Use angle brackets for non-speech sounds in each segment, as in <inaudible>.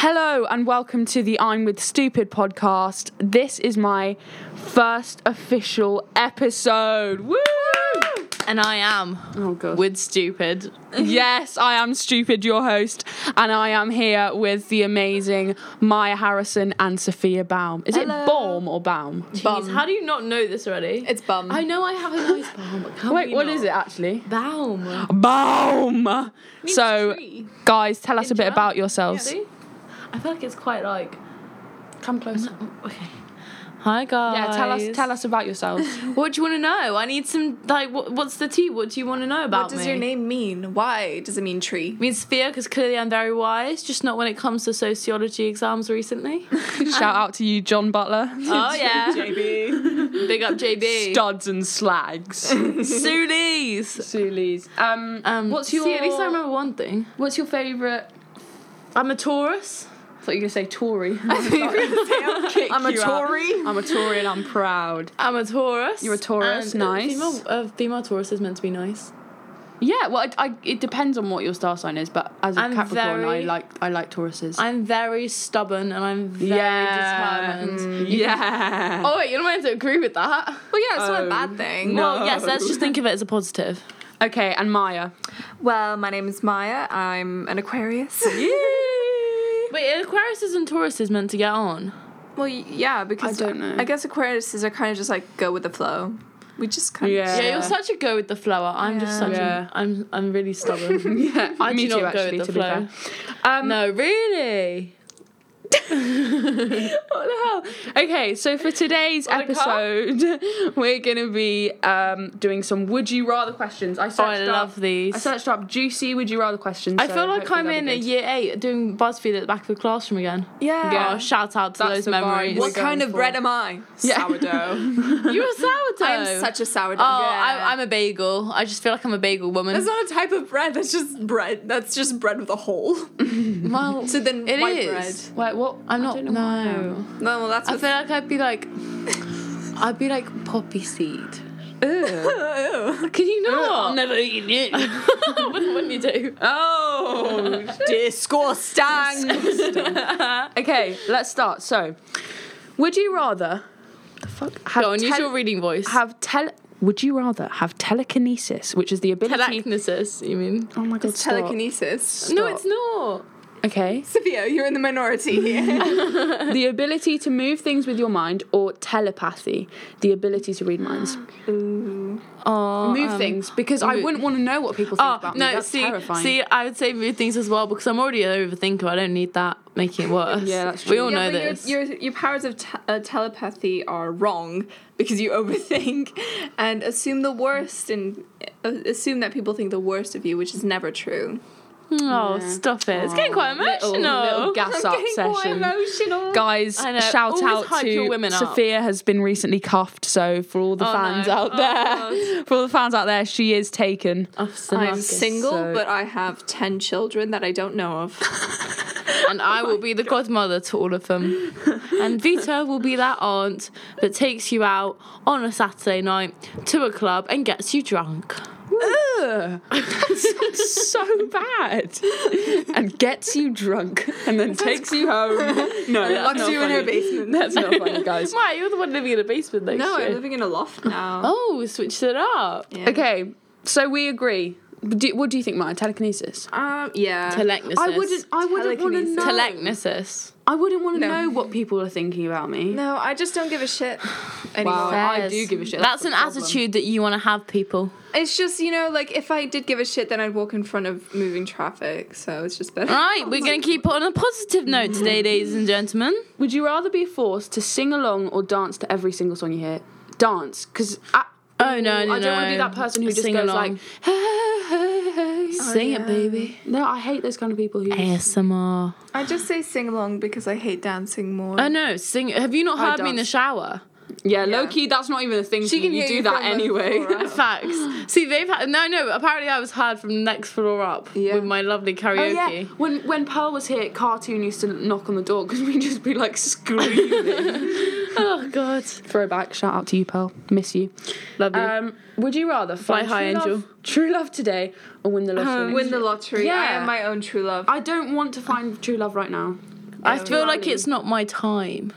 Hello and welcome to the I'm with Stupid podcast. This is my first official episode. Woo! And I am Oh god. with stupid. yes, I am Stupid, your host, and I am here with the amazing Maya Harrison and Sophia Baum. Is it Hello. Baum or Baum? Jeez, how do you not know this already? It's bum. I know I have a <laughs> nice baum. but Can Wait, we what not? is it actually? Baum. Baum. So, tree. guys, tell us a In bit German. about yourselves. See? I feel like it's quite like Come closer. okay. Hi guys. Yeah, tell us tell us about yourselves. <laughs> What do you want to know? I need some like what, what's the tea? What do you want to know about what does me? your name mean? Why does it mean tree? It means fear because clearly I'm very wise, just not when it comes to sociology exams <laughs> recently. Shout out to you, John Butler. oh yeah, <laughs> big up JB. Studs and slags. Sulies. Sulies. Um, Um, what's your see? At least I remember one thing. what's your favourite? I'm a Taurus. I thought you were gonna say <laughs> Tory. I'm you out. I'm a Tory and I'm proud. I'm a Taurus. You're a Taurus, and a nice. Female, a female Taurus is meant to be nice. Yeah, well, I, I, it depends on what your star sign is, but as a I'm Capricorn, I very- like I like Tauruses. I'm very stubborn and I'm very Yeah. determined. yeah. Oh wait, you're not meant to agree with that. Well, yeah, it's not Oh. a bad thing. No. Well, yes. Let's just think of it as a positive. <laughs> Okay, and Maya. Well, my name is Maya. I'm an Aquarius. Wait, Aquariuses and Tauruses meant to get on. well, y- yeah, because I don't know. I guess Aquariuses are kind of just like go with the flow. We just kind of Yeah. Yeah, you're such a go with the flower. I'm just Yeah. such Yeah. a. I'm I'm really <laughs> <laughs> stubborn. Yeah, I me do too. not go Actually, with to the be flow. fair. Um, no, really. <laughs> What the hell? Okay, so for today's a car? episode, <laughs> we're gonna be um, doing some would you rather questions. I searched Oh, I up, love these. I searched up juicy would you rather questions. I so feel like hopefully I'm they'll in be a good. year eight doing BuzzFeed at the back of the classroom again. Yeah. Yeah. Oh, shout out to That's those the vibe. memories. What What We're kind going of for- bread am I? Yeah. <laughs> Sourdough. You were sourdough. <laughs> I am such a sourdough. Oh, Yeah. I, I'm a bagel. I just feel like I'm a bagel woman. That's not a type of bread. That's just bread. That's just bread with a hole. <laughs> well, <laughs> So then It white is. bread. Wait, what? I'm not. I don't know what I am. No, No, well, that's I what feel like I'd be like, I'd be like poppy seed. Can you <laughs> not? never eaten it. what wouldn't you do? oh. Disgusting. <laughs> okay, let's start. So, would you rather? The fuck. Have Go on, use tel- your reading voice. have tele. Would you rather have telekinesis, which is the ability? Telekinesis, you mean? oh my god! It's stop. telekinesis. No, Stop. it's not. Okay. Sophia, you're in the minority here. the ability to move things with your mind or telepathy the ability to read minds Oh, move um, things because i move- wouldn't want to know what people think Oh about me no! that's see, terrifying see, I would say move things as well because I'm already an overthinker. I don't need that making it worse. Yeah, that's We true. all Yeah, know but your- this. Your, your, powers of te- uh, telepathy are wrong <laughs> because you overthink and assume the worst and uh, assume that people think the worst of you, which is never true. oh, Yeah. stop it! It's getting quite Little- emotional. little gas up session emotional. guys I know, shout always out hype to your women up. sophia has been recently cuffed so for all the Oh, fans no. out Oh, there <laughs> for all the fans out there she is taken I'm single, so- but I have ten children that I don't know <laughs> of. and I will be the godmother to all of them. <laughs> And Vita will be that aunt that takes you out on a Saturday night to a club and gets you drunk. Ugh, <laughs> that sounds so bad and gets you drunk and then takes you home no that's Locks not you in her funny basement. that's not funny guys <laughs> Why? You're the one living in a basement, though. <laughs> no, I'm living in a loft now. Oh, we switched it up. Yeah. Okay, so we agree. Do, what do you think, Maya? Telekinesis? Um. Yeah. Telekinesis. I wouldn't. I wouldn't want to Telekinesis. know. Telekinesis. I wouldn't want to No. know what people are thinking about me. no, I just don't give a shit anymore. Oh, I do give a shit. That's, That's an the problem. attitude that you want to have, people. It's just, you know, like if I did give a shit, then I'd walk in front of moving traffic. So it's just better. All right, we're going to keep it on a positive note today, ladies and gentlemen. Would you rather be forced to sing along or dance to every single song you hear? Dance, because I, Oh, no, no, I don't want to be no. that person who just Sing goes along. like, hey, hey, hey. Sing it, baby. No, I hate those kind of people who. ASMR. I just say sing along because I hate dancing more. Oh, no, sing. Have you not I heard me in the dance. shower? Yeah, low key, that's not even a thing. She can you hear do you that from the anyway. floor <gasps> up. Facts. See, they've had no, no. Apparently, I was hired from the next floor up Yeah. with my <laughs> lovely Oh karaoke. yeah, when when Pearl was here, Cartoon used to knock on the door because we'd just be like screaming. <laughs> Oh, god, Throwback, shout out to you, Pearl. Miss you. lovely. Um, would you rather find high, true angel. Uh, love, true love today or win the lottery? next win the year? lottery. Yeah. I am my own true love. I don't want to find true love right now. I feel like it's not my time.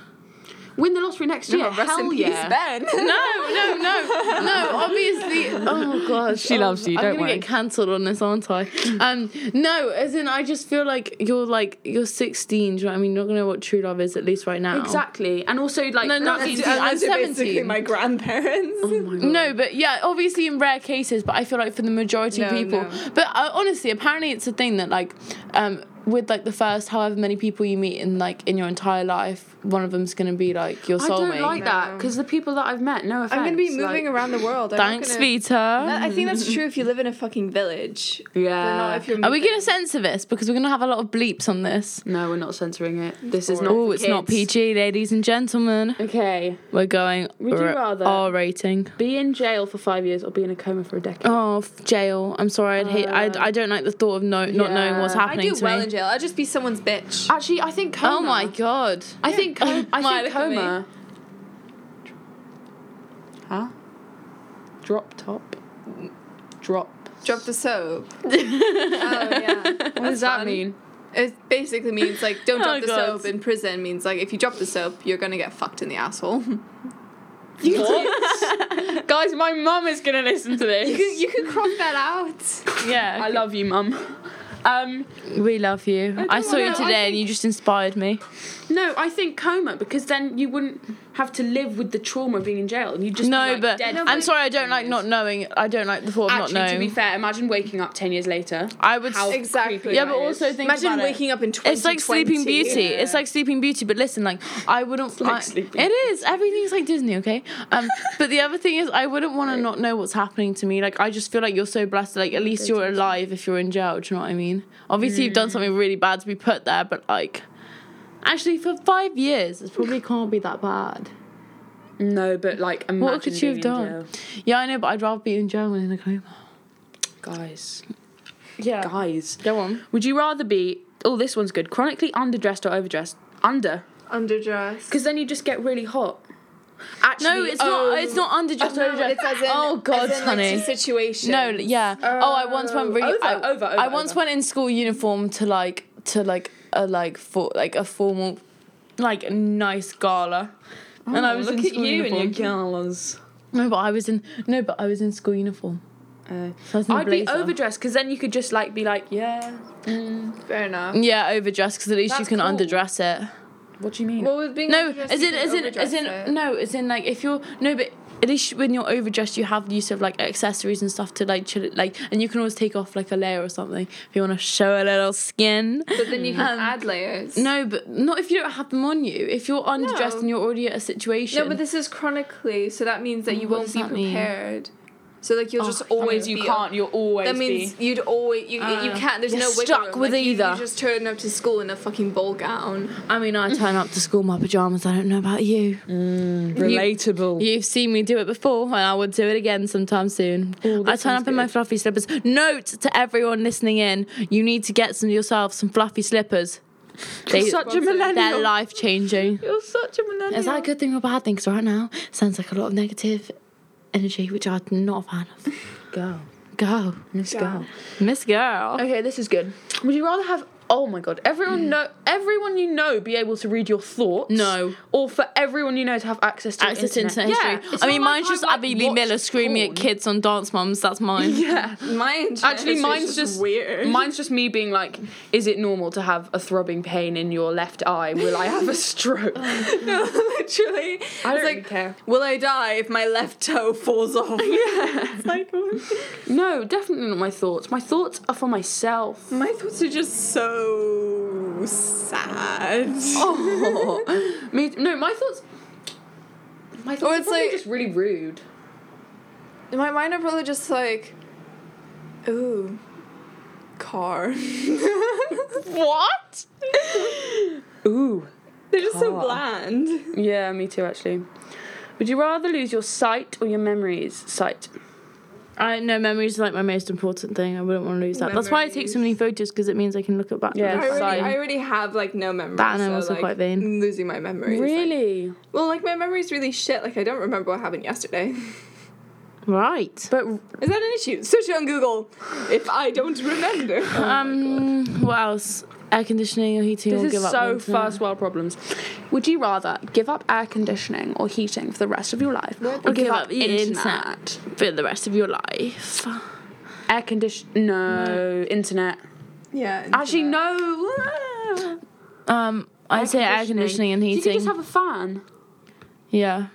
Win the lottery next year. Oh, rest Hell in peace, yeah. No, Ben. <laughs> no, no, no. Obviously, oh god, She Oh, loves you, I'm don't gonna worry. get cancelled on this, aren't I? Um, no, as in I just feel like you're like you're 16. Do you know what I mean? You're not gonna know what true love is at least right now. Exactly. And also, like, No, not that the- is- I'm Oh, Unless you're basically 17. my grandparents. Oh No, but yeah, obviously in rare cases, but I feel like for the majority of No, people. no. But uh, honestly, apparently it's a thing that like, um, with like the first however many people you meet in like in your entire life, one of them's gonna be like your I soulmate. don't like that because the people that I've met, no offense. I'm gonna be like- moving around the world. I'm not Thanks, gonna- Vita. That- I think that's true if you live in a fucking village. But Yeah. not if you're Are we moving. gonna censor this? Because we're gonna have a lot of bleeps on this. No, we're not censoring it. This is for not. it. Oh, for it's not kids. PG, ladies and gentlemen. Okay. We're going Would you R, rather- R rating. Be in jail for five years or be in a coma for a decade. Oh, f- jail. I'm sorry. I'd hate. I'd, I don't like the thought of no, not knowing what's Uh, yeah. I I happening do to well me. in jail. I'd just be someone's bitch. Actually, I think coma. oh my god. I think <laughs> com- I My, think look at me. coma. Huh? Drop top. Drop. Drop the soap. <laughs> oh yeah. What does that <laughs> mean? It basically means like don't drop Oh, the God. soap in prison means like if you drop the soap, you're gonna get fucked in <laughs> the asshole. <laughs> you Guys, my mum is gonna listen to <laughs> this. can you can crop that out. Yeah. I love you, mum. Um, we love you. I, don't saw you know, I today, and think- you just inspired me. no, I think coma because then you wouldn't have to live with the trauma of being in jail. You would just be, no, like, but dead I'm for sorry. I don't like not knowing. I don't like the thought of Actually, not to knowing. be fair, imagine waking up ten years later. I would. How s- Exactly. creepy yeah, that but is. also think Imagine about it. waking up in twenty. It's like Sleeping Beauty. It's like Sleeping Beauty, but listen, like I wouldn't. like I- Sleeping it is everything's like Disney, okay? Um, but the other thing is, I wouldn't want to not know what's happening to me. Like I just feel like you're so blessed. Like at least you're alive if you're in jail. Do you know what I mean? Obviously, you've done something really bad to be put there, but like, actually, for five years, it probably can't be that bad. No, but like imagine What could you have being in done? Yeah, I know, but I'd rather be in jail than in a coma. jail. guys? Yeah. Guys, Go on. would you rather be? Oh, this one's good. Chronically underdressed or overdressed? Under, underdressed. because then you just get really hot. Actually, No, it's oh, not. It's not underdressed. No, it's as in, oh God, as in, honey. Like, two situations. No, l- yeah. oh, I once went really. Over, I, over, over, I once over. went in school uniform to like to like a like for like a formal, like nice gala, oh, and I was in school uniform. galas. no, but I was in no, but I was in school uniform. Uh, So I was in a I'd be blazer. overdressed because then you could just like be like, yeah. fair enough. Yeah, overdressed because at least That's you can cool. underdress it. What do you mean? What was being No, underdressed as you in can as in as in overdress it. no, as in like if you're no, but at least when you're overdressed, you have the use of like accessories and stuff to like chill it like, and you can always take off like a layer or something if you want to show a little skin. But then you can Um, add layers. No, but not if you don't have them on you. If you're underdressed No. and you're already at a situation. No, but this is chronically, so that means that you What won't does be Oh, that mean? Oh, prepared. So like you'll Oh, just always be You'll always That means you'd always you you can't. There's Uh, You're no wiggle stuck room. with like, you- You, either. just turn up to school in a fucking ball gown. I <laughs> mean, I turn up to school in my pajamas. I don't know about you. Mm. relatable. You've seen me do it before, and I would do it again sometime soon. Ooh, that I turn sounds up in my good. fluffy slippers. Note to everyone listening in: you need to get some yourself some fluffy slippers. They, such a They're millennial. life changing. You're such a millennial. Is that a good thing or a bad thing? 'Cause right now sounds like a lot of negative energy, which I'm not a fan of. girl? Go, Miss girl. Miss Girl. Mm. Okay, this is good. Would you rather have? Oh my god! Everyone Mm. know, everyone you know, be able to read your thoughts. No. or for everyone you know to have access to access to internet. internet history. Yeah, it's I mean, not like mine's just I, like, Abby Lee watched Miller screaming porn. at kids on Dance Moms. That's mine. Yeah, Mine actually, is mine's just <laughs> weird. Mine's just me being like, is it normal to have a throbbing pain in your left eye? Will <laughs> I have a stroke? no, literally. I it's don't like, care. Will I die if my left toe falls <laughs> off? Yeah. like No, definitely not my thoughts. My thoughts are for myself. my thoughts are just so sad. Oh, me, no, my thoughts. My thoughts Or are it's probably like- just really rude. My mind are probably just like, ooh, car. <laughs> What? Ooh. They're just so Car. bland. Yeah, me too, actually. Would you rather lose your sight or your memories? Sight. I know memories are like my most important thing. I wouldn't want to lose that. That's why I take so many photos because it means I can look it back. Yeah, Yeah, I That's already, fine. I already have like no memory. That and I'm so, also like, quite vain. Losing my memory. is, like- Really? well, like my memory's really shit. Like I don't remember what happened yesterday. Right. But <laughs> Is that an issue? Search it on Google. If I don't remember. um. What else? Air conditioning or heating or this give is up so maintenance. first world problems. Would you rather give up air conditioning or heating for the rest of your life, or give, up, the internet? internet. for the rest of your life. Air condition? No, internet. Yeah. Actually, no. You Um, I'd say air conditioning and You can heating. just have a fan yeah,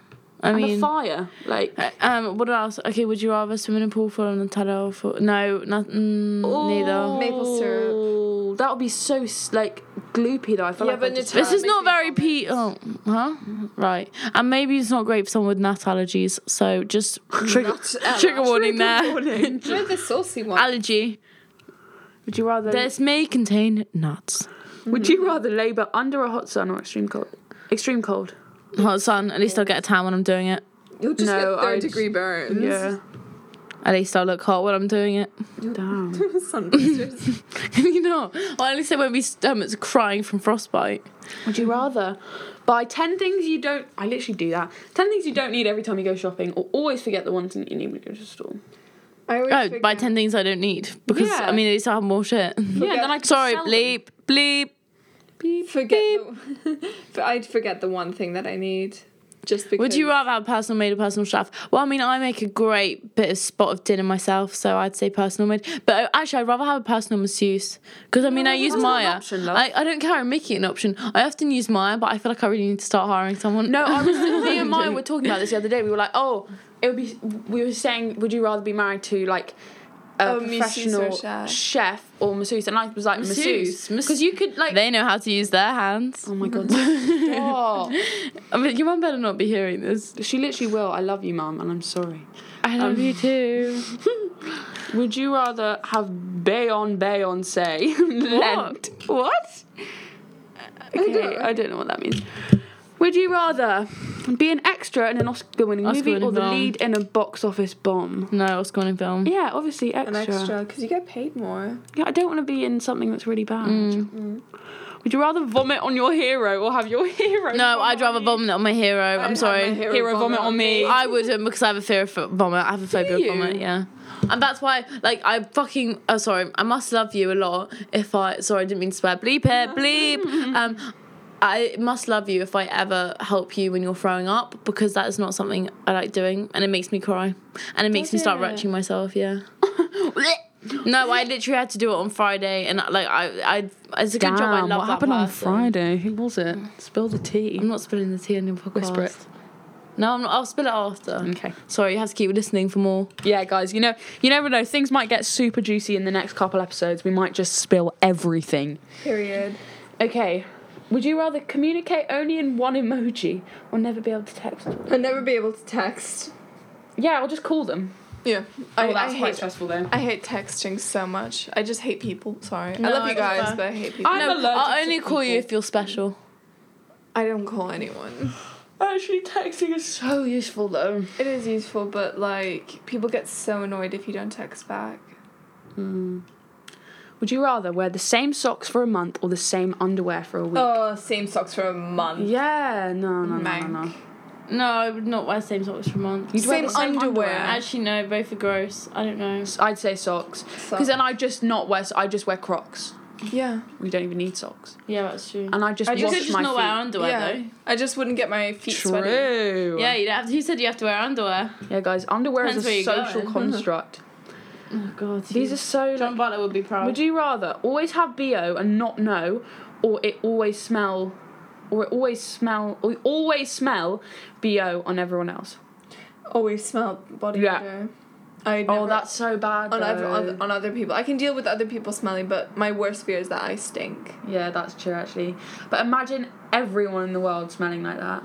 I and mean, a fire. Like uh, um, what else? Okay, would you rather swim in a pool full of Nutella or full? No, not mm, neither. Maple syrup. syrup. oh, That would be so s- like gloopy though. I feel Yeah, like but I'd just- Nutella- This is Makes not me very pe. Oh, huh? Right, and maybe it's not great for someone with nut allergies. So <laughs> just trigger Nutella. trigger warning there. Try the saucy one. Allergy. <laughs> Would you rather? This may contain nuts. Would you rather labour under a hot sun or extreme cold? Extreme cold. Hot sun. At least I'll get a tan when I'm doing it. You'll just No, get third I'd- degree burns. <laughs> At least I'll look hot when I'm doing it. <laughs> Damn. Sunblasters. you know, or at least there won't be stomachs crying from frostbite. Would you rather buy 10 things you don't... I literally do that. 10 things you don't need every time you go shopping or always forget the one thing you need when you go to the store. <laughs> I always Oh, forget. buy ten things I don't need because Yeah. I mean at least I have more shit. Yeah, then I can Sorry, sell them. bleep, bleep. <laughs> Forget. The, <laughs> but I'd forget the one thing that I need. Just because. Would you rather have personal made or personal chef? Well, I mean, I make a great bit of spot of dinner myself, so I'd say personal made. But uh, actually, I'd rather have a personal masseuse because I mean, I use that's not an Maya. option, love. I, I don't care. I'm making it an option. I often use Maya, but I feel like I really need to start hiring someone. No, I <laughs> was... me and Maya were talking about this the other day. We were like, oh, it would be... We were saying, would you rather be married to, like... A A Oh, masseuse or professional chef. chef or masseuse, and I was like masseuse Masseuse, mas- because you could like. They know how to use their hands. oh my god! <laughs> <laughs> stop. I mean, your mum better not be hearing this. Um, she literally will. I love you, mum, and I'm sorry. I love you too. Would you rather have Bayon <laughs> Beyonce lent? What? Okay, don't know. I don't know what that means. Would you rather be an extra in an Oscar winning Oscar movie winning or the film. lead in a box office bomb? No, what's going on in film? Yeah, obviously An extra. extra, because you get paid more. Yeah, I don't want to be in something that's really bad. Mm. Mm. Would you rather vomit on your hero or have your <laughs> hero? No, I'd rather vomit on my hero. I'd I'm have my sorry. hero Hero vomit on me. I wouldn't because I have a fear of fo- vomit. I have a phobia of you? vomit, yeah. And that's why, like, I fucking. Oh, sorry. I must love you a lot if I. Sorry, I didn't mean to swear. <laughs> Bleep it, bleep. Um, I must love you if I ever help you when you're throwing up because that is not something I like doing and it makes me cry. And it makes me start it? retching myself, <laughs> yeah. no, I literally had to do it on Friday and, like, I. I it's a good job I love that person. Who was it? Spill the I'm tea. not spilling the tea on your podcast. Whisper it. No, I'm not, I'll spill it after. Okay. Sorry, you have to keep listening for more. Yeah, guys, you know, you never know. Things might get super juicy in the next couple episodes. We might just spill everything. Period. Okay. Would you rather communicate only in one emoji or never be able to text? I'd never be able to text. Oh, Yeah, I'll just call them. Yeah. I, I hate stressful though. I hate texting so much. I just hate people. Sorry. No, I love you I don't guys, know. but I hate people. I'm no, allergic I'll to only call you if you're special. I don't call anyone. Actually, texting is so useful though. It is useful, but like people get so annoyed if you don't text back. Hmm. Would you rather wear the same socks for a month or the same underwear for a week? Oh, same socks for a month. Yeah, no, no, no, no, no. Mank. No, I would not wear same socks for a month. You'd wear Same the underwear. Actually, no, both are gross. I don't know. I'd say socks because Socks. then I just not wear. I just wear Crocs. Yeah. We don't even need socks, Yeah, that's true. and I just I You wash could just my not feet. wear underwear, yeah. I just wouldn't get my feet sweaty. True. though. Yeah, you don't have to, who said you have to wear underwear? Yeah, guys, underwear Depends where is a you're social <laughs> going. construct. Oh, God. These are so. John Butler would be proud. Would you rather always have bo and not know, or it always smell, or it always smell, or always smell bo on everyone else? Always Oh, smell body Yeah. odor. I Oh, never- that's so bad. on other, though. on, on other people. I can deal with other people smelling, but my worst fear is that I stink. yeah, that's true actually. But imagine everyone in the world smelling like that.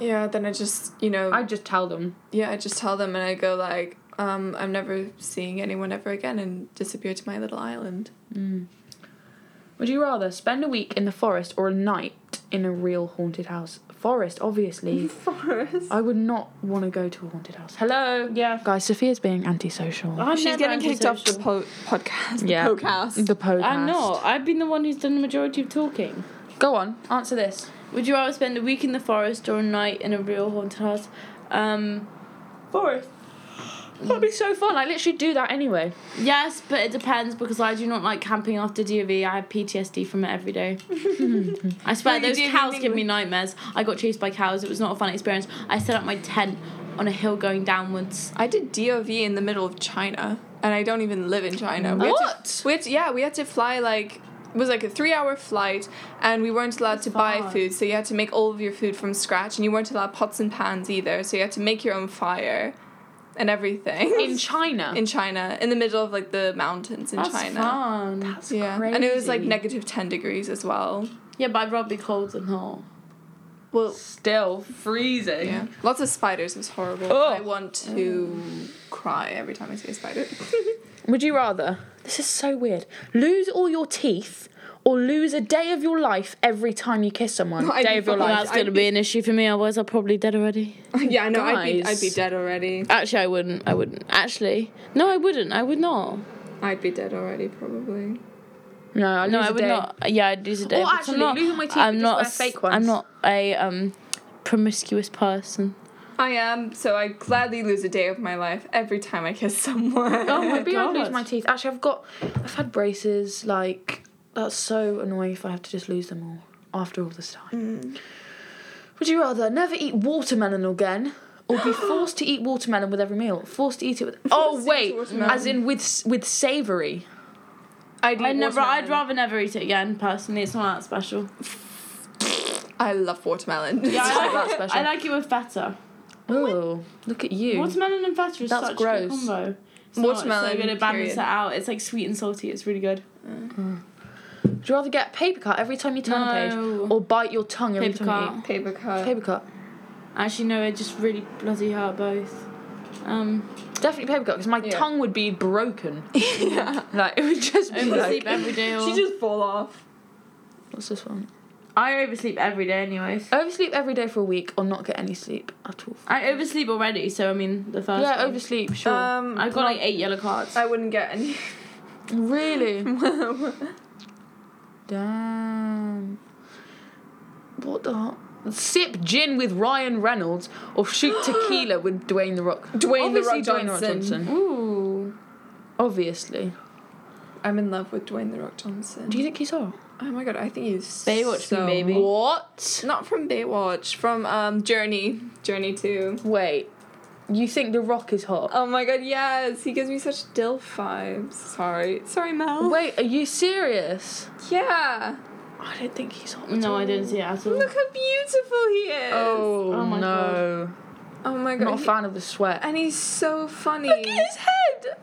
Yeah, then I just you know I'd just tell them. yeah I just tell them and I go like um I'm never seeing anyone ever again and disappear to my little island. <laughs> Would you rather spend a week in the forest or a night in a real haunted house? Forest, <laughs> obviously. Forest. I would not want to go to a haunted house. Hello. Yeah. Guys, Sophia's being antisocial. I'm She's never getting kicked off the antisocial. po- podcast. The Yeah. podcast. The podcast. I'm not. I've been the one who's done the majority of talking. Go on, answer this. Would you rather spend a week in the forest or a night in a real haunted house? Um, forest. That'd be so fun. I literally do that anyway. Yes, but it depends because I do not like camping after DOV. I have PTSD from it every <laughs> day. I swear, Well, you those do cows anything give with- me nightmares. I got chased by cows. It was not a fun experience. I set up my tent on a hill going downwards. I did DOV in the middle of China, and I don't even live in China. We Had What? to, we had to- yeah, we had to fly like it was like a three-hour flight, and we weren't allowed to buy far. food, so you had to make all of your food from scratch, and you weren't allowed pots and pans either, so you had to make your own fire, and everything <laughs> In China. in China, in the middle of like the mountains in That's China. fun. That's Yeah, and it was like crazy. negative ten degrees as well. Yeah, but I'd rather be cold than hot. Well, Still freezing. yeah, lots of spiders. It was horrible. Oh. I want to cry every time I see a spider. Would you rather? This is so weird. Lose all your teeth or lose a day of your life every time you kiss someone? I'd day be of your fucking- life. That's gonna be an issue for me. Otherwise, I'm probably dead already. Oh yeah, I know. I'd be, I'd Guys. be dead already. Actually, I wouldn't. I wouldn't. Actually, no, I wouldn't. I would not. I'd be dead already, probably. No, I'd No, lose I a would day. not. Yeah, I'd lose a day. Or but actually, I'm not, losing my teeth, I'm but just not wear a s- fake I'm ones. not a um, promiscuous person. I am, so I gladly lose a day of my life every time I kiss <laughs> someone. Oh, maybe I'd <laughs> lose God. my teeth. Actually, I've got, I've had braces. Like that's so annoying if I have to just lose them all after all this time. Would you rather never eat watermelon again, or <gasps> be forced to eat watermelon with every meal? Forced to eat it with. Oh Forced to eat wait, watermelon. as in with s- with savory. <laughs> I'd, eat I never. watermelon. I'd rather never eat it again. Personally, it's not that special. I love watermelon. Yeah, <laughs> I like, Not that special. I like it with feta. Oh, look at you. Watermelon and feta is That's such a gross. good combo. It's Watermelon, Not, it's so good. It balances it period. out. It's like sweet and salty. It's really good. Would you rather get a paper cut every time you turn a No. page, or bite your tongue every Paper time cut. you <laughs> Paper eat? cut. Paper cut. Actually, no. It just really bloody hurt both. Um, Definitely paper cut because my Yeah. tongue would be <laughs> broken. Like it would just be oversleep like. <laughs> every day. Or, She just fall off. What's this one? I oversleep every day, anyways. Oversleep every day for a week or not get any sleep at all. I oversleep already, so I mean the first. Yeah, one. oversleep, sure. Um, I got like eight yellow cards. I wouldn't get <laughs> any. really? <laughs> Damn. What the hell? Sip gin with Ryan Reynolds or <gasps> shoot tequila with Dwayne the Rock. Dwayne the Rock Obviously Dwayne the Rock Johnson. Johnson. Ooh. Obviously. I'm in love with Dwayne the Rock Johnson. Do you think he's all? oh my god, I think he's Baywatch me, so... baby. What? Not from Baywatch, from um Journey, Journey Two. Wait. You think the Rock is hot? Oh my god, yes, he gives me such dill vibes. Sorry, sorry, Mel. Wait, are you serious? Yeah, I don't think he's hot. No, I didn't see it at <laughs> all. look how beautiful he is. Oh, Oh my no. oh my I'm god, not a he- fan of the sweat. and he's so funny. Look at his <laughs> head.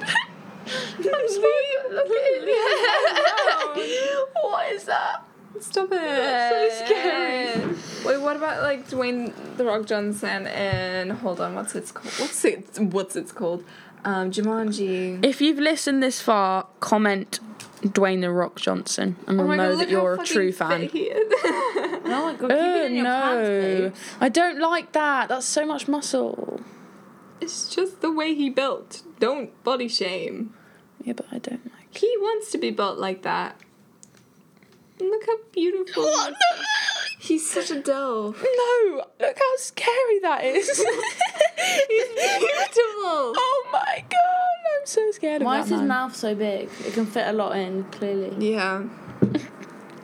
I'm sorry. Look at it. <laughs> what is that? Stop it. That's so scary. Wait, what about like Dwayne the Rock Johnson and hold on, what's it's called? What's it? What's it's called? Um, Jumanji. If you've listened this far, comment Dwayne the Rock Johnson, and we'll know that Oh look you're how a true fucking fan. fit he is. <laughs> Oh my god, keep it Oh in your no, pants, I don't like that. That's so much muscle. it's just the way he built. Don't body shame. Yeah, but I don't like. He wants to be built like that. Look how beautiful. he is. He's such a doll. <laughs> No, look how scary that is. <laughs> <laughs> Beautiful. oh my god, I'm so scared babe. of Why that is his man. mouth so big? It can fit a lot in, clearly. Yeah.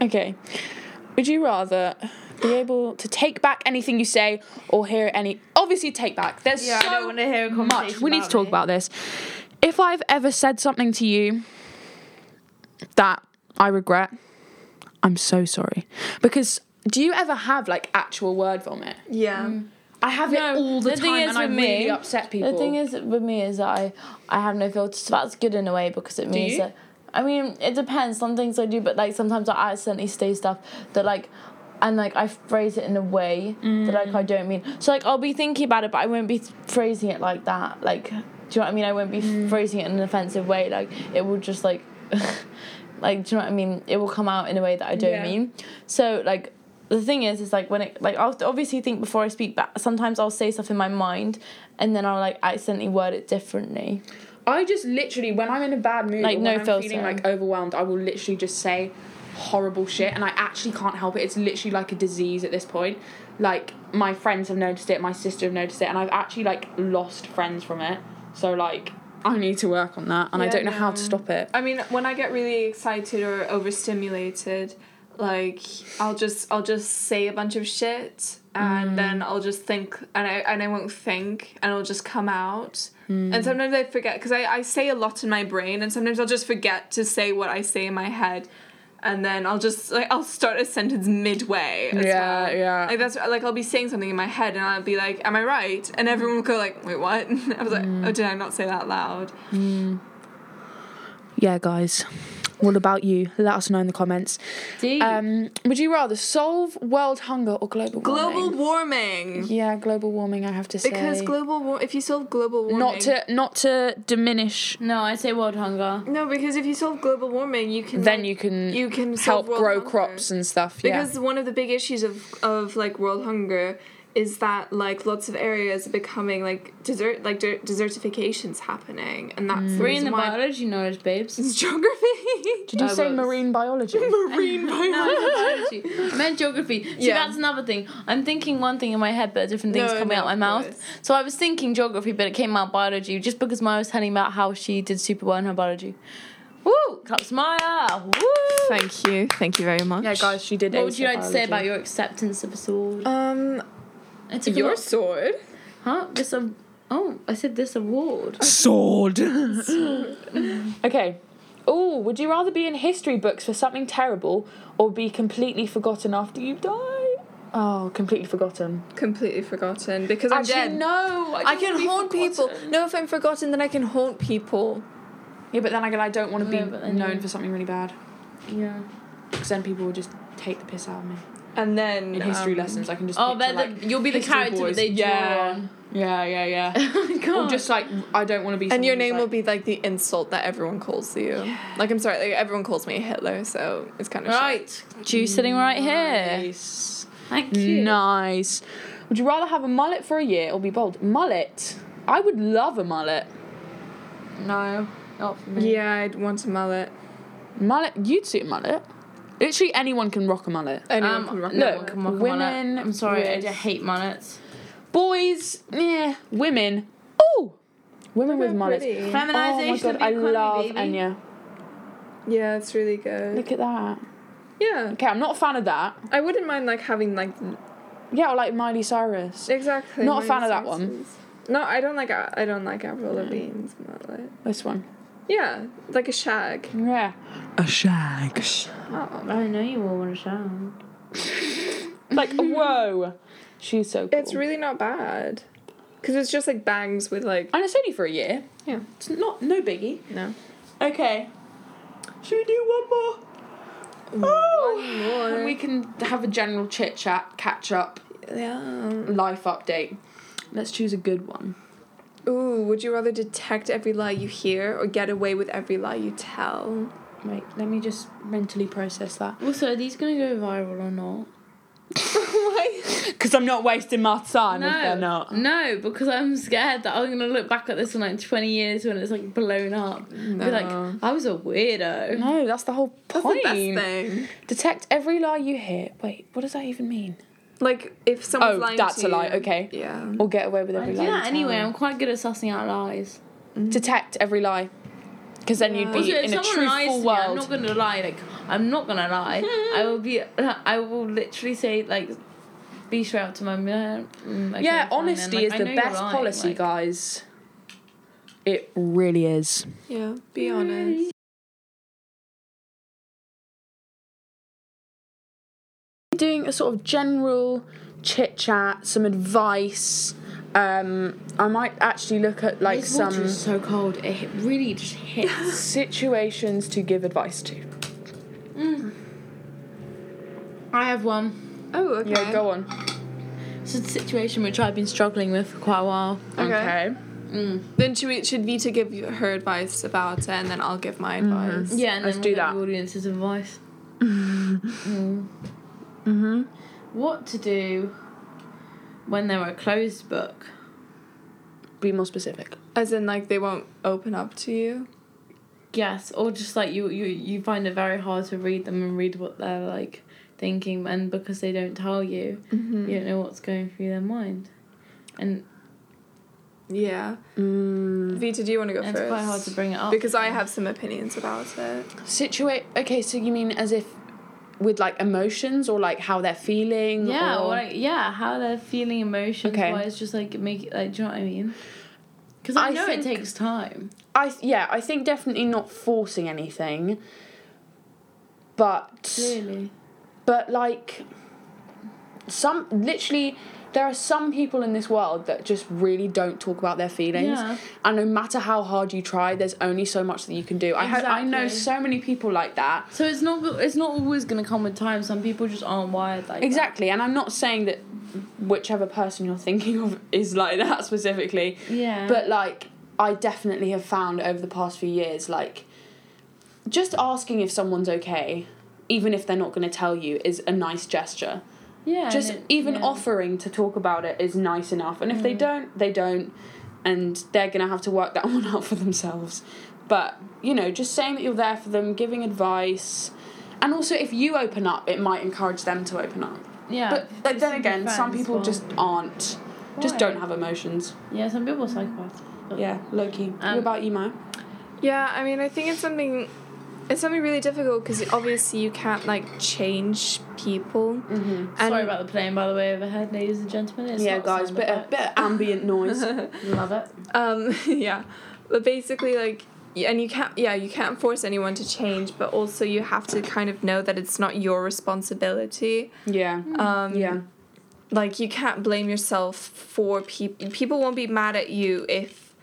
Okay. Would you rather be able to take back anything you say or hear any? Obviously, take back. There's Yeah, I don't so wanna hear a much. conversation We need to about talk me. about this. If I've ever said something to you that I regret, I'm so sorry. Because do you ever have like actual word vomit? Yeah. I have it all the, time, and I really upset people. The thing is with me is that I, I have no filter, so that's good in a way because it means you? that. I mean, it depends. Some things I do, but like sometimes I accidentally say stuff that like. And like I phrase it in a way that like Mm. I don't mean. So like I'll be thinking about it, but I won't be phrasing it like that. Like, do you know what I mean? I won't be Mm. phrasing it in an offensive way. Like it will just like, <laughs> like do you know what I mean? It will come out in a way that I don't Yeah. mean. So like the thing is is like when it like I'll obviously think before I speak, but sometimes I'll say stuff in my mind and then I'll like accidentally word it differently. I just literally, when I'm in a bad mood, Like, or no when I'm filter. feeling like overwhelmed, I will literally just say horrible shit, and I actually can't help it. It's literally like a disease at this point. Like my friends have noticed it, my sister have noticed it, and I've actually like lost friends from it. So like I need to work on that, and I Yeah, don't know how no. to stop it. I mean, when I get really excited or overstimulated, like I'll just I'll just say a bunch of shit Mm. and then I'll just think and I and I won't think and it'll just come out. Mm. And sometimes I forget because I, I say a lot in my brain and sometimes I'll just forget to say what I say in my head. And then I'll just like I'll start a sentence midway. As Yeah, well. yeah. Like that's like I'll be saying something in my head and I'll be like, "Am I right?" And everyone will go like, "Wait, what?" <laughs> I was like, Mm. "Oh, did I not say that loud?" Yeah, guys. What about you? Let us know in the comments. Um, would you rather solve world hunger or global warming? Global warming. Yeah, global warming. I have to say Because global war, if you solve global warming, not to not to diminish. No, I say world hunger. no, because if you solve global warming, you can Then like, you can you can help solve world grow hunger. crops and stuff. Yeah. because one of the big issues of of like world hunger is that like lots of areas are becoming like desert like de- desertifications happening, and that's the We're in reason the why biology knowledge, <laughs> babes. it's geography. Did you I say was. marine <laughs> biology? <laughs> Marine No, biology. it's biology. I meant geography. See, Yeah. that's another thing. I'm thinking one thing in my head, but different things No, coming no, out my of mouth. course. So I was thinking geography, but it came out biology, just because Maya was telling me about how she did super well in her biology. Woo! Claps Maya! Woo! Thank you, thank you very much. yeah, guys, she did. What would you like to say about your acceptance of a sword? Um, I took a your lot- sword. Huh? This a oh, I said this award. <laughs> Sword. Okay. Oh, would you rather be in history books for something terrible or be completely forgotten after you die? Oh, completely forgotten. Completely forgotten because I'm Actually, dead. no. I can haunt people. No, if I'm forgotten, then I can haunt people. Yeah, but then again, I don't want to be No, but then known you- for something really bad Yeah. because then people will just take the piss out of me. And then In history um, lessons, I can just. Oh, picture, but like, the, you'll be the history character that boys. they draw Yeah. on. Yeah, yeah, yeah. <laughs> <laughs> Oh my or God. just like I don't want to be. And your someone who's name like, will be like the insult that everyone calls you. Like I'm sorry, like everyone calls me Hitler, so it's kind of shit. right. Jew sitting right here. mm, Nice. Thank you. nice. Would you rather have a mullet for a year or be bald? Mullet. I would love a mullet. No, not for me. Yeah, I'd want a mullet. Mullet. You'd suit a mullet. Literally anyone can rock a mullet. Anyone Um, can rock look, a mullet. Come on, come on, women I'm sorry, I with- just hate mullets. Boys. Yeah. Women. Oh. Women with They're mullets. pretty. Oh my god, I love Enya. Yeah, it's really good. Look at that. Yeah, Okay, I'm not a fan of that. I wouldn't mind like having like Yeah, or like Miley Cyrus. exactly. Not a Miley fan of that one. Mm. Cyrus's. No, I don't like I don't like Avril Lavigne's mullet. This one. Yeah, like a shag. Yeah. A shag. Oh, I know you all want to shout. Like whoa. She's so cool. it's really not bad. Cause it's just like bangs with like and it's only for a year. yeah It's not no biggie. no. Okay. Should we do one more? Oh! more. And we can have a general chit chat, catch up, Yeah. life update. Let's choose a good one. Ooh, would you rather detect every lie you hear or get away with every lie you tell? Wait, let me just mentally process <laughs> that. Also, are these gonna go viral or not? Because I'm not wasting my time if No, they're not. no, because I'm scared that I'm gonna look back at this in like 20 years when it's like blown up. and Be No. like, I was a weirdo. No, that's the whole That's point. the best thing. Detect every lie you hear. Wait, what does that even mean? Like if someone's Oh, lying that's a to lie, you- okay. Yeah. Or get away with I every do lie. you that tell. anyway. I'm quite good at sussing out lies. Detect every lie. Because then you'd be Also, if in a someone lies to truthful me, I'm not world. gonna lie. Like, I'm not gonna <laughs> lie. I will be. I will literally say like, be straight up to my man. Mm, okay, yeah, fine then. honesty Like, is I the know you're best lying, policy, like- guys. It really is. Yeah. Be honest. doing a sort of general chit chat, some advice. Um, I might actually look at like This water some is so cold. It hit- really just hits. situations to give advice to. <laughs> I have one. Oh, okay. Yeah, go on. It's a situation which I've been struggling with for quite a while. Okay. Okay. Then should we, should Vita give you- her advice about it, and then I'll give my Mm-hmm. advice. Yeah, and Let's then do we'll that. give the audience's advice. mm. Mm-hmm. What to do when they're a closed book? Be more specific. As in, like they won't open up to you. guess, or just like you, you you find it very hard to read them and read what they're like thinking, and because they don't tell you, Mm-hmm. you don't know what's going through their mind, and Yeah. Mm. Vita, do you want to go it's first? quite hard to bring it up because I have some opinions about it. Situate. Okay, so you mean as if with like emotions or like how they're feeling? Yeah, or- or like, yeah, how they're feeling emotions Okay. wise, just like make like, do you know what I mean? Because I I, know it think- takes time. I th- yeah, I think definitely not forcing anything, but Clearly, but like some literally there are some people in this world that just really don't talk about their feelings Yeah. and no matter how hard you try there's only so much that you can do I, ho- I know Exactly. so many people like that so it's not it's not always gonna come with time. Some people just aren't wired like that. exactly and i'm not saying that whichever person you're thinking of is like that <laughs> specifically Yeah, But like, I definitely have found over the past few years, like, just asking if someone's okay, even if they're not going to tell you, is a nice gesture. yeah, and just it- even yeah. Mm. offering to talk about it is nice enough. And if they don't, they don't. And they're going to have to work that <laughs> one out for themselves. But, you know, just saying that you're there for them, giving advice. And also, if you open up, it might encourage them to open up. Yeah, But th- just then be again, some friends, people well, just aren't, just why? don't have emotions. Yeah, some people are psychopaths. Yeah, Loki. what Um, about you, Mo? Yeah, I mean, I think it's something. It's something really difficult because obviously you can't like change people. Mm-hmm. And Sorry about the plane, by the way, overhead, ladies and gentlemen. It's yeah, not guys, sound bit of, effect. bit of ambient <laughs> noise. Love it. um <laughs> yeah but basically like y- and you can't yeah you can't force anyone to change but also you have to kind of know that it's not your responsibility yeah, um yeah, like you can't blame yourself for people people won't be mad at you if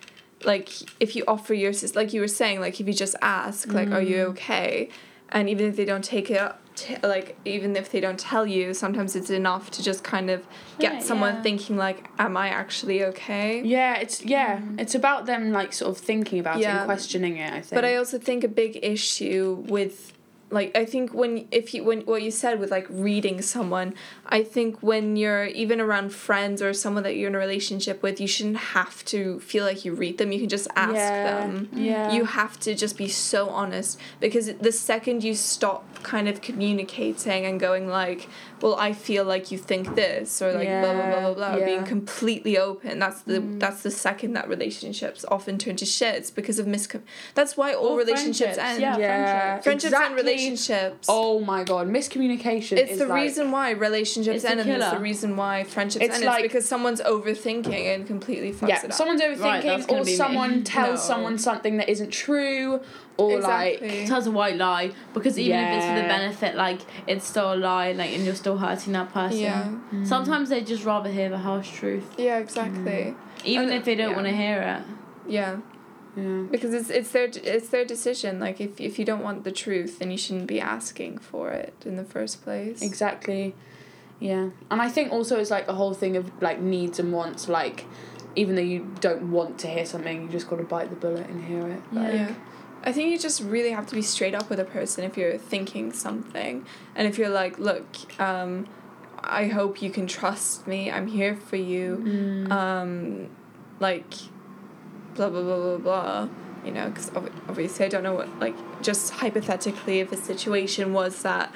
like if you offer your sis- like you were saying like if you just ask like are you okay and even if they don't take it up t- like even if they don't tell you sometimes it's enough to just kind of get Yeah, someone yeah. thinking like am i actually okay yeah. It's yeah, it's about them like sort of thinking about it mm-hmm. Yeah. and questioning it. I think. But I also think a big issue with like I think when if you when what you said with like reading someone, I think when you're even around friends or someone that you're in a relationship with, you shouldn't have to feel like you read them. You can just ask Yeah, them. yeah. You have to just be so honest because the second you stop kind of communicating and going like, well, I feel like you think this or like blah blah blah blah blah, Yeah, or being yeah. Mm. completely open. That's the that's the second that relationships often turn to shit. It's because of miscom. That's why all Or relationships friendships, end. yeah. yeah, Friendships and exactly. relationships. Oh my god, miscommunication. it's is the like- reason why relationships It's the end, and it's the killer. reason why friendships It's end. like- it's because someone's overthinking and completely fucks Yeah, it up. someone's Right, that's overthinking, gonna or be me. someone tells No. someone something that isn't true, or Exactly. like It tells a white lie because even if it's for the Yeah. benefit, like it's still a lie, like and you're still hurting that person. Yeah. Mm. Sometimes they just rather hear the harsh truth, yeah, exactly. Mm. even And- if they don't yeah. want to hear it. Yeah, yeah. because it's it's their it's their decision. Like if if you don't want the truth, then you shouldn't be asking for it in the first place. Exactly. Yeah. And I think also it's like the whole thing of like needs and wants, like even though you don't want to hear something, you just gotta bite the bullet and hear it. Like, Yeah. I think you just really have to be straight up with a person if you're thinking something. And if you're like, look, um, I hope you can trust me. I'm here for you. Um, like, blah, blah, blah, blah, blah. You know, because obviously I don't know what, like, just hypothetically, if the situation was that,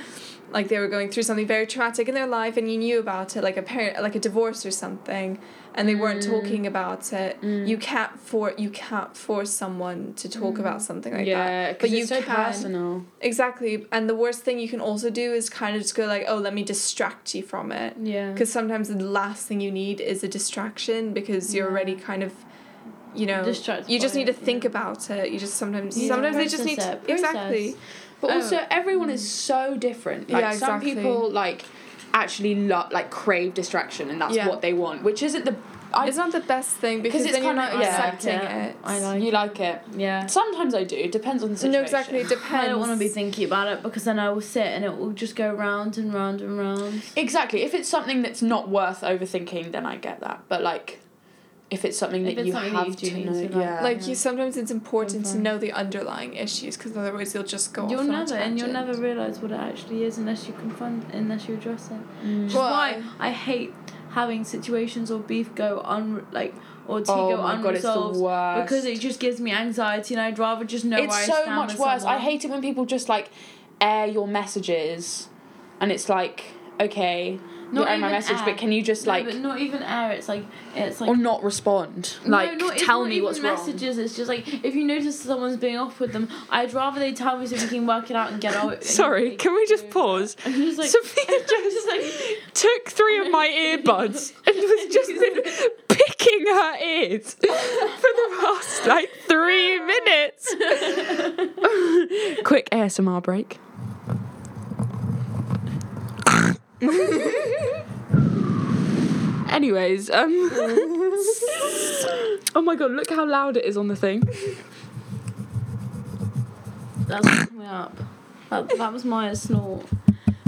like, they were going through something very traumatic in their life and you knew about it, like a parent, like a divorce or something, and they weren't talking about it. You can't for you can't force someone to talk Mm. about something like that. yeah, 'cause But it's you so can- personal. Exactly. And the worst thing you can also do is kind of just go like, oh, let me distract you from it. Yeah. Because sometimes the last thing you need is a distraction because you're Yeah. already kind of, you know, Distracted you just by need to it, think yeah. about it. You just sometimes Yeah. sometimes they just need Process to, it, process. exactly. But Oh. also, everyone is so different. Like, Yeah, exactly. Some people like actually love like crave distraction, and that's Yeah. what they want, which isn't the. I it's not the best thing because it's then you're kinda- not yeah. accepting Yeah. it. I like you like it. Yeah. Sometimes I do. It depends on the situation. no, exactly. It depends. I don't want to be thinking about it because then I will sit and it will just go round and round and round. Exactly. If it's something that's not worth overthinking, then I get that. But like, if it's something If that it's you something that have you do to need know, to, like- yeah. like you sometimes it's important to Sometimes. know the underlying issues because otherwise you'll just go You'll off on a never, and you'll never tangent. Mm. realize what it actually is unless you confront, unless you address it. Which is Why? why I hate having situations or beef go un like or tea Oh go my god, it's unresolved the worst. because it just gives me anxiety, and I'd rather just know. where it's I so stand much with worse. I someone. hate it when people just like air your messages, and it's like, okay, Not you're airing my even message, air. but can you just No, like but not even air. It's like it's like or not respond? Like, no, no, it's tell not me even what's wrong. messages. It's just like if you notice someone's being off with them, I'd rather they tell me so we can work it out and get <laughs> out. Sorry, can we just pause? <laughs> I'm just like, Sophia I'm just like took three of my <laughs> earbuds and <laughs> was just picking her ears for the past like three minutes. Quick ASMR break. Anyways, um, <laughs> oh my god, look how loud it is on the thing. that's coming up. That, that was my snort.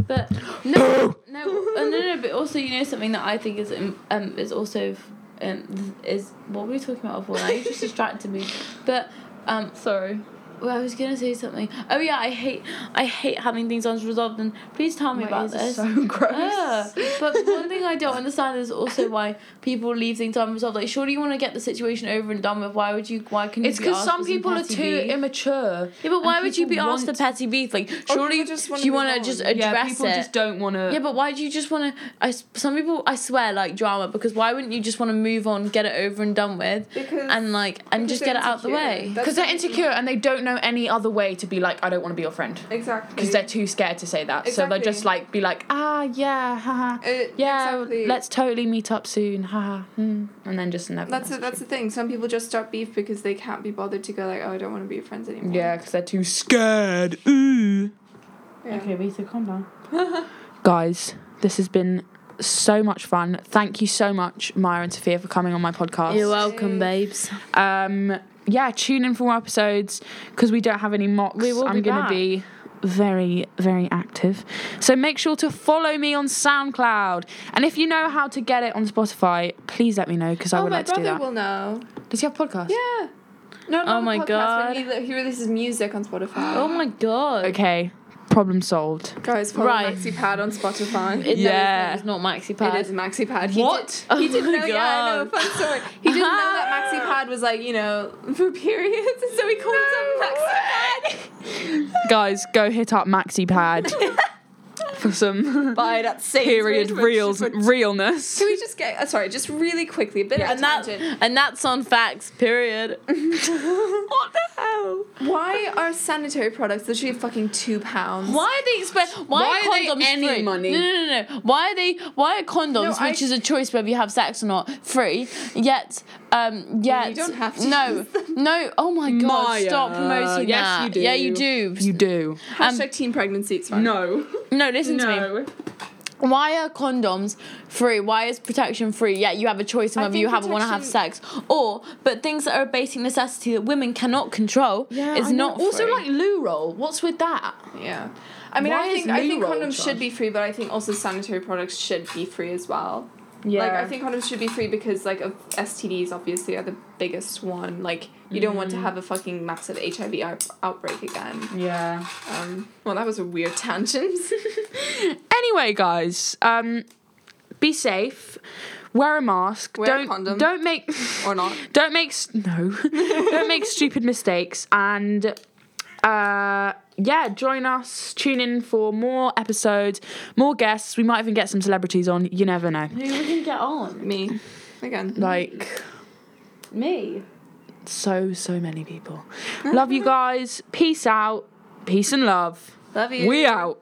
But no, no, uh, no, no. But also, you know, something that I think is um um, is also um is what we were talking about before. Now you just distracted me. But um, sorry. Well, I was gonna say something. Oh yeah, I hate I hate having things unresolved. And please tell me about this. <laughs> so gross. Yeah, but one thing I don't understand is also why people leave things unresolved. Like, surely you want to get the situation over and done with. Why would you? Why can you? It's be because asked some for some people are petty too beef? immature. Yeah, but why and would you be people asked to want- petty beef? Like, surely people just wanna you move want on. to just Yeah, address people it. just don't want to. Oh, yeah, but why do you just want to? I s- some people I swear like drama because why wouldn't you just want to move on, get it over and done with, Because and like and just get it out the way? because they're insecure and they don't know any other way to be like, I don't want to be your friend. Exactly. Because they're too scared to say that. So they'll just Exactly. like be like, ah, yeah, haha. Uh, Yeah, exactly. let's totally meet up soon, haha. Hmm. And then just never. That's the, message that's the thing. Some people just stop beef because they can't be bothered to go like, oh, I don't want to be your friends you. anymore. Yeah, because they're too scared. Ooh. Yeah. we so calm down. Guys, this has been so much fun. Thank you so much, Maya and Sophia, for coming on my podcast. You're welcome, babes. um yeah tune in for more episodes because we don't have any mocks We will i'm be gonna back. be very very active so make sure to follow me on soundcloud and if you know how to get it on spotify please let me know because i Oh, would my like to do brother that will know. does he have a podcast Yeah. No, not Oh the my podcast, God. When he, he releases music on Spotify. <gasps> Oh my god. okay problem solved Guys, follow Right. MaxiPad on Spotify. It, Yeah. yeah, it's not maxi pad. It is MaxiPad. He What? Did, he Oh didn't my know. Yeah, I know. God. Fun story. He didn't <laughs> know that MaxiPad was like you know for periods, <laughs> so he called it MaxiPad. guys go hit up maxipad <laughs> for some Buy it at Sainsbury's period for- reals for- realness Can we just get? Uh, sorry, just really quickly, a bit of a and that tangent. and that's on facts. Period. <laughs> what the hell? Why are sanitary products literally fucking two pounds? Why are they expen- Why, Why are they are condoms any free? money? No, no, no, no. Why are they? Why are condoms, No, I- which is a choice whether you have sex or not, free? Yet, um, yet don't have to No, no. Oh my god! Maya. Stop promoting Yes, that. you do. Yeah, you do. you do um, Hashtag teen pregnancy. It's fine. No, no, listen to me. Why are condoms free? Why is protection free? Yet you have a choice in I whether think you have or want to have sex, or but things that are a basic necessity that women cannot control is not free. also like loo roll what's with that Yeah. I mean, Why I is think I think Loo-Roll condoms charged? should be free, but I think also sanitary products should be free as well. yeah Like I think condoms should be free because like of STDs obviously are the biggest one. Like you don't want to have a fucking massive HIV out- outbreak again. yeah Um, well, that was a weird tangent. anyway, guys, um, be safe. Wear a mask. Wear a don't condom. don't make or not. don't make s- <laughs> no don't make stupid mistakes and uh yeah join us tune in for more episodes more guests we might even get some celebrities on you never know Who are we gonna get on? Me again. like Me. so so Mm-hmm. many people love you guys peace out peace and love Love you. we out